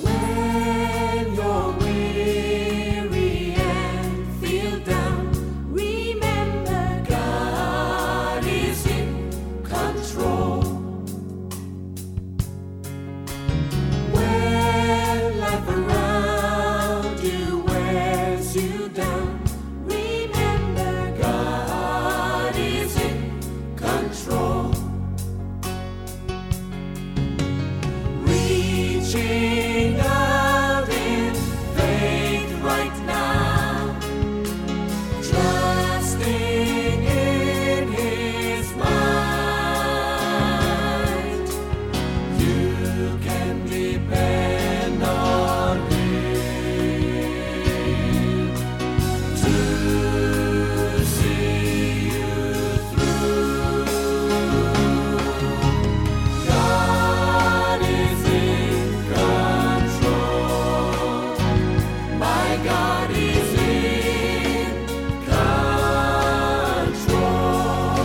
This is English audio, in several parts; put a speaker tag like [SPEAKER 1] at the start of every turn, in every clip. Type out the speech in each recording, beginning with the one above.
[SPEAKER 1] When you're weary and feel down, remember God is in control. When life around you wears you down, remember God is in control. Reaching out in faith right now, trusting in His might. You can depend on Him to see you through. God is in control. My God is in control.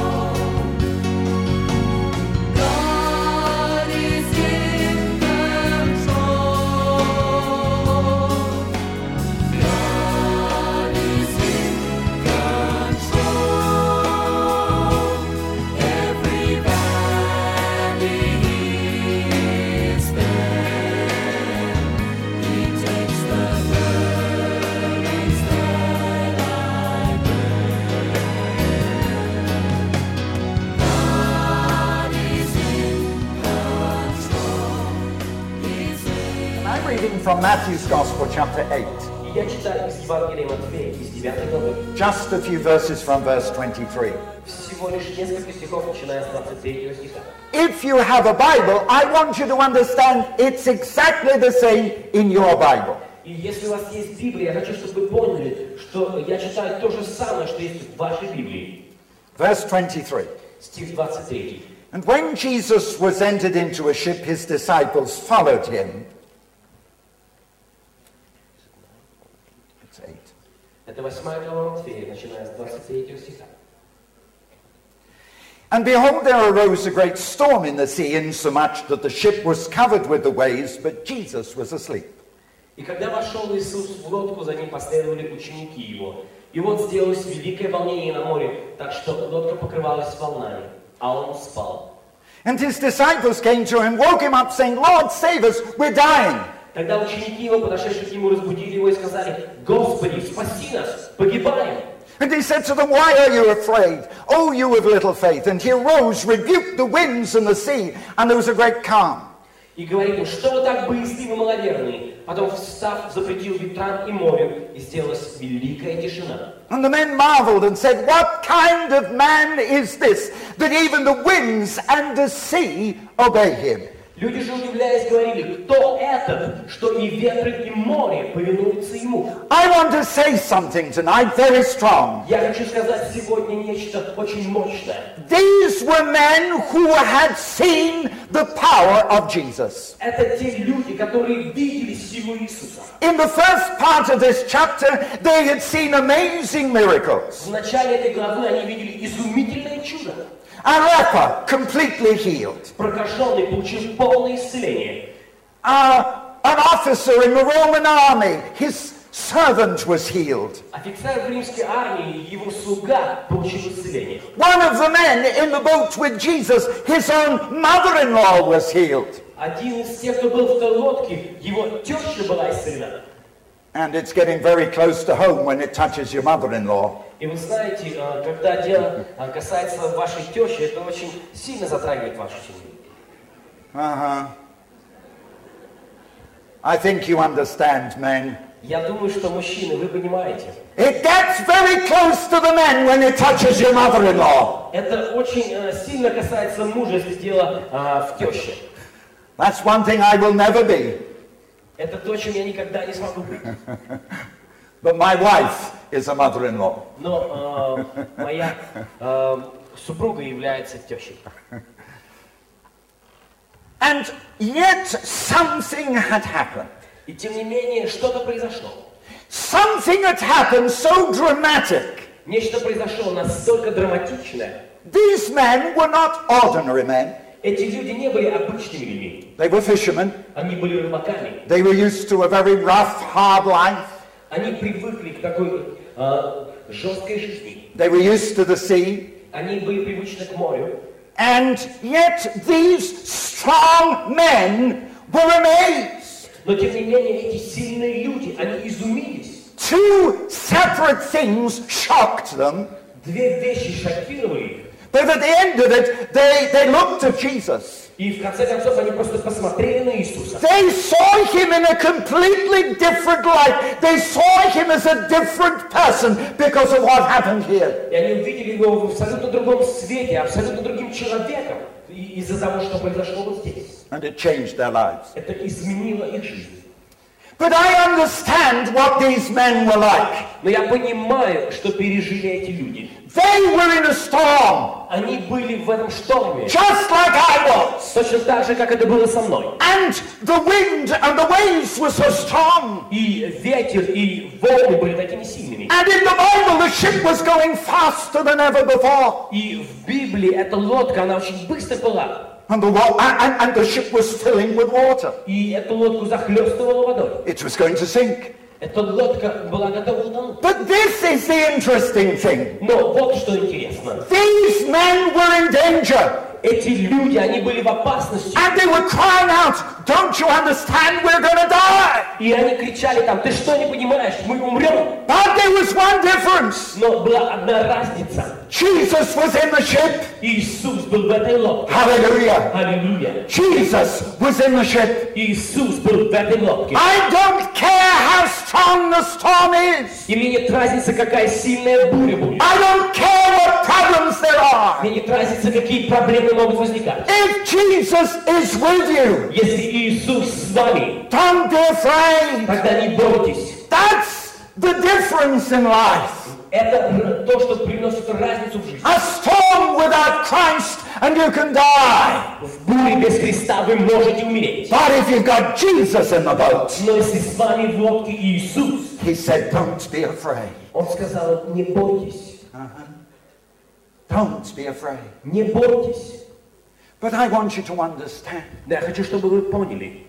[SPEAKER 1] God is in control. God is in control. Every valley is fair. He takes the burdens that I bear. God is in control. He's in.
[SPEAKER 2] I'm reading from Matthew's Gospel, chapter 8,
[SPEAKER 3] И я читаю из Евангелия Матфея, из 9 главы,
[SPEAKER 2] just a few verses from verse 23.
[SPEAKER 3] всего лишь несколько стихов, начиная с 23 стиха.
[SPEAKER 2] If you have a Bible, I want you to understand it's exactly the same in your Bible.
[SPEAKER 3] И если у вас есть Библия, я хочу, чтобы вы поняли, что я читаю то же самое, что есть в вашей Библии.
[SPEAKER 2] Verse 23.
[SPEAKER 3] Стих 23.
[SPEAKER 2] And when Jesus was entered into a ship, his disciples followed him. It's 8.
[SPEAKER 3] Это 8 глава Матфея, начиная с 23 стиха.
[SPEAKER 2] And behold, there arose a great storm in the sea, insomuch that the ship was covered with the waves, but Jesus was asleep.
[SPEAKER 3] «И когда вошел Иисус в лодку, за ним последовали ученики его. И вот сделалось великое волнение на море, так что лодка покрывалась волнами, а он спал».
[SPEAKER 2] And his disciples came to him, woke him up, saying, Lord, save us, we're dying.
[SPEAKER 3] Тогда ученики его, подошедшие к нему, разбудили его и сказали, «Господи, спаси нас, погибаем!»
[SPEAKER 2] And he said to them, Why are you afraid? O you of little faith. And he arose, rebuked the winds and the sea, and there was a great calm.
[SPEAKER 3] И говорит им, что вы так боязливы, маловерные? Потом, встав, запретил ветрам и морю, и сделалась великая тишина.
[SPEAKER 2] And the men marveled and said, What kind of man is this, that even the winds and the sea obey him?
[SPEAKER 3] Люди же, удивляясь, говорили, кто этот, что и ветры, и море повинуются ему?
[SPEAKER 2] I want to say something tonight very strong.
[SPEAKER 3] Я хочу сказать сегодня нечто очень мощное.
[SPEAKER 2] These were men who had seen the power of Jesus.
[SPEAKER 3] Это те люди, которые видели силу Иисуса.
[SPEAKER 2] In the first part of this chapter, they had seen amazing miracles.
[SPEAKER 3] В начале этой главы они видели изумительное чудо.
[SPEAKER 2] A leper completely healed.
[SPEAKER 3] Прокаженный получил полное исцеление.
[SPEAKER 2] Uh, an officer in the Roman army, his servant was healed.
[SPEAKER 3] Офицер в римской армии, его слуга, получил исцеление.
[SPEAKER 2] One of the men in the boat with Jesus, his own mother-in-law was healed.
[SPEAKER 3] Один из тех, кто был в той лодке, его теща была исцелена.
[SPEAKER 2] And it's getting very close to home when it touches your mother-in-law.
[SPEAKER 3] И вы знаете, э, когда дело э, касается вашей тещи, это очень сильно затрагивает вашу семью.
[SPEAKER 2] Uh-huh. I think you understand, men.
[SPEAKER 3] Я думаю, что мужчины, вы понимаете,
[SPEAKER 2] It gets very close to the men when it touches your mother-in-law.
[SPEAKER 3] это очень э, сильно касается мужа, если дело э, в теще.
[SPEAKER 2] That's one thing I will never be.
[SPEAKER 3] Это то, чем я никогда не смогу быть.
[SPEAKER 2] But my wife is a mother-in-law.
[SPEAKER 3] Но э, моя э, супруга является тещей.
[SPEAKER 2] And yet something had happened.
[SPEAKER 3] И тем не менее, что-то произошло.
[SPEAKER 2] Something had happened so dramatic.
[SPEAKER 3] Нечто произошло настолько драматичное.
[SPEAKER 2] These men were not ordinary men.
[SPEAKER 3] Эти люди не были обычными людьми.
[SPEAKER 2] They were fishermen.
[SPEAKER 3] Они были рыбаками.
[SPEAKER 2] They were used to a very rough, hard life.
[SPEAKER 3] Они привыкли к такой э, жесткой жизни.
[SPEAKER 2] They were used to the sea.
[SPEAKER 3] Они были привычны к морю.
[SPEAKER 2] And yet these strong men were amazed.
[SPEAKER 3] Но тем не менее эти сильные люди, они изумились.
[SPEAKER 2] Two separate things shocked them.
[SPEAKER 3] Две вещи шокировали их.
[SPEAKER 2] But at the end of it, they, they looked at Jesus.
[SPEAKER 3] И в конце концов они просто посмотрели на Иисуса.
[SPEAKER 2] They saw him in a completely different light. They saw him as a different person because of what happened here.
[SPEAKER 3] И они увидели его в абсолютно другом свете, абсолютно другим человеком и- из-за того, что произошло вот здесь.
[SPEAKER 2] And it changed their lives.
[SPEAKER 3] Это изменило их жизнь.
[SPEAKER 2] But I understand what these men were like.
[SPEAKER 3] Но я понимаю, что пережили эти люди.
[SPEAKER 2] They were in a storm,
[SPEAKER 3] Они были в этом шторме.
[SPEAKER 2] just like I was.
[SPEAKER 3] Точно так же, как это было со мной.
[SPEAKER 2] And the wind and the waves were so strong.
[SPEAKER 3] И ветер, и волны были такими сильными.
[SPEAKER 2] And in the Bible, the ship was going faster than ever before.
[SPEAKER 3] И в Библии эта лодка, она очень быстро была.
[SPEAKER 2] And the, wa- and, and- and the ship was filling with water.
[SPEAKER 3] И эту лодку захлестывала водой.
[SPEAKER 2] It was going to sink.
[SPEAKER 3] Эта лодка была готова утонуть.
[SPEAKER 2] But this is the interesting thing.
[SPEAKER 3] Но вот что интересно.
[SPEAKER 2] These men were in danger.
[SPEAKER 3] Эти люди, они были в опасности.
[SPEAKER 2] And they were crying out, Don't you understand? We're going to die.
[SPEAKER 3] И они кричали там, ты что не понимаешь, мы умрем.
[SPEAKER 2] But there was one difference.
[SPEAKER 3] Но была одна разница.
[SPEAKER 2] Jesus was in the ship.
[SPEAKER 3] Иисус был в этой лодке.
[SPEAKER 2] Hallelujah.
[SPEAKER 3] Аллилуйя.
[SPEAKER 2] Jesus was in the ship.
[SPEAKER 3] Иисус был в этой лодке.
[SPEAKER 2] I don't care how strong the storm is.
[SPEAKER 3] И мне нет разницы, какая сильная буря будет.
[SPEAKER 2] I don't care what problems there are.
[SPEAKER 3] Мне нет разницы, какие проблемы могут возникать.
[SPEAKER 2] If Jesus is with you,
[SPEAKER 3] Если Иисус с вами,
[SPEAKER 2] don't be afraid.
[SPEAKER 3] тогда не бойтесь.
[SPEAKER 2] That's the difference in life.
[SPEAKER 3] Это р- то, что приносит разницу в жизни.
[SPEAKER 2] A storm without Christ and you can die.
[SPEAKER 3] В буре без Христа вы можете умереть.
[SPEAKER 2] But if you've got Jesus in the boat,
[SPEAKER 3] Но если с вами в лодке Иисус,
[SPEAKER 2] he said, don't be afraid.
[SPEAKER 3] Он сказал, не бойтесь,
[SPEAKER 2] Don't be afraid.
[SPEAKER 3] не бойтесь.
[SPEAKER 2] But I want you to understand.
[SPEAKER 3] Да, я хочу, чтобы вы поняли.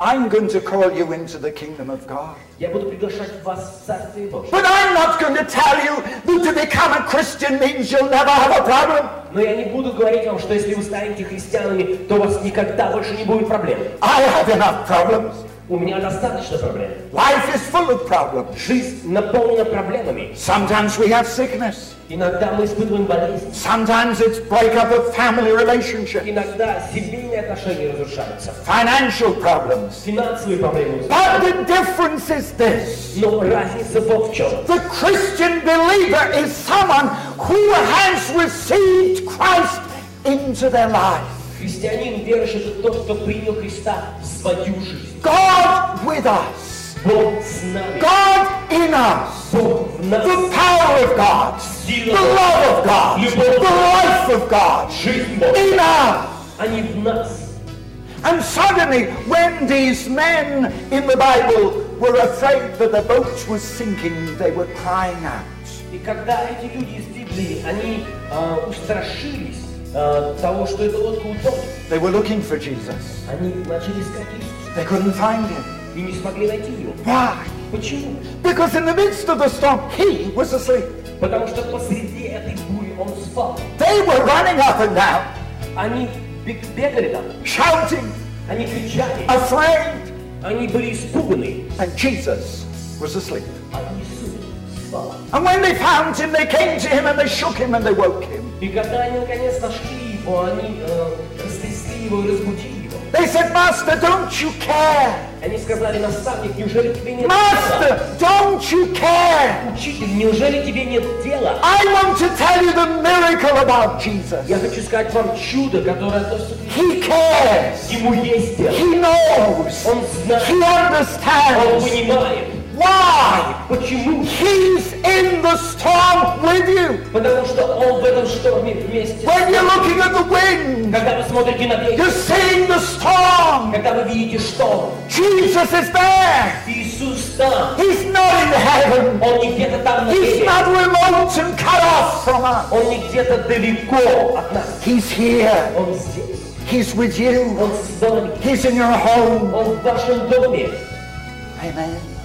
[SPEAKER 2] I'm going to call you into the kingdom of God.
[SPEAKER 3] Я буду приглашать вас в Царствие Божье.
[SPEAKER 2] But I'm not going to tell you that to become a Christian means you'll never have a problem.
[SPEAKER 3] Но я не буду говорить вам, что если вы станете христианами, то у вас никогда больше не будет проблем.
[SPEAKER 2] I have enough problems.
[SPEAKER 3] У меня достаточно проблем.
[SPEAKER 2] Life is full of problems.
[SPEAKER 3] Жизнь наполнена проблемами.
[SPEAKER 2] Sometimes we have sickness.
[SPEAKER 3] Иногда мы испытываем болезнь.
[SPEAKER 2] Sometimes it's breakup of family relationships,
[SPEAKER 3] Иногда семейные отношения разрушаются.
[SPEAKER 2] financial problems.
[SPEAKER 3] Финансовые проблемы.
[SPEAKER 2] But
[SPEAKER 3] возникают.
[SPEAKER 2] the difference is this.
[SPEAKER 3] Но разница вот в чем.
[SPEAKER 2] The Christian believer is someone who has received Christ into their life.
[SPEAKER 3] Христианин верующий это тот, кто принял Христа в свою жизнь.
[SPEAKER 2] God with us.
[SPEAKER 3] Бог с нами.
[SPEAKER 2] God in us.
[SPEAKER 3] Бог в нас.
[SPEAKER 2] the power of God, the love of God, the life of God
[SPEAKER 3] Жизнь Бога,
[SPEAKER 2] in us.
[SPEAKER 3] а не в нас.
[SPEAKER 2] And suddenly, when these men in the Bible were afraid that the boat was sinking, they were crying out.
[SPEAKER 3] И когда эти люди из Библии, они э, устрашились э, того, что эта лодка утонет,
[SPEAKER 2] They were looking for Jesus.
[SPEAKER 3] они начали искать Иисуса
[SPEAKER 2] They couldn't find him.
[SPEAKER 3] и не смогли найти его.
[SPEAKER 2] Why?
[SPEAKER 3] Почему?
[SPEAKER 2] Because in the midst of the storm, he was asleep.
[SPEAKER 3] Потому что посреди этой бури он спал.
[SPEAKER 2] They were running up and down,
[SPEAKER 3] Они бег- бегали там,
[SPEAKER 2] shouting,
[SPEAKER 3] они кричали,
[SPEAKER 2] afraid,
[SPEAKER 3] они были испуганы,
[SPEAKER 2] and Jesus was asleep.
[SPEAKER 3] а Иисус спал.
[SPEAKER 2] And when they found him, they came to him and they shook him and they woke him.
[SPEAKER 3] И когда они наконец нашли его, они э, растрясли его и разбудили его.
[SPEAKER 2] They said, Master, don't you care?
[SPEAKER 3] Они сказали, наставник, неужели тебе нет дела?
[SPEAKER 2] Master, don't you care?
[SPEAKER 3] Учитель, неужели тебе нет дела?
[SPEAKER 2] I want to tell you the miracle about Jesus.
[SPEAKER 3] Я хочу сказать вам чудо, которое относится к
[SPEAKER 2] He cares.
[SPEAKER 3] ему есть дело.
[SPEAKER 2] He knows.
[SPEAKER 3] Он
[SPEAKER 2] He
[SPEAKER 3] знает, он
[SPEAKER 2] understands.
[SPEAKER 3] понимает.
[SPEAKER 2] Why?
[SPEAKER 3] Почему?
[SPEAKER 2] He's in the storm with you.
[SPEAKER 3] Потому что он в этом шторме вместе.
[SPEAKER 2] When you're looking at the wind,
[SPEAKER 3] Когда вы смотрите на ветер,
[SPEAKER 2] you're seeing the storm.
[SPEAKER 3] когда вы видите шторм,
[SPEAKER 2] Jesus is there.
[SPEAKER 3] Иисус там.
[SPEAKER 2] He's not in heaven.
[SPEAKER 3] Он не где-то там на
[SPEAKER 2] He's
[SPEAKER 3] небе.
[SPEAKER 2] not remote and cut off from us.
[SPEAKER 3] Он не где-то далеко от нас.
[SPEAKER 2] He's here.
[SPEAKER 3] Он здесь.
[SPEAKER 2] He's with you.
[SPEAKER 3] Он с вами.
[SPEAKER 2] He's in your home.
[SPEAKER 3] Он в вашем доме.
[SPEAKER 2] Amen.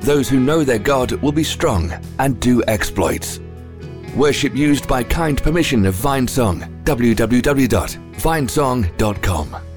[SPEAKER 4] those who know their God will be strong and do exploits. Worship used by kind permission of Vinesong. www.vinesong.com.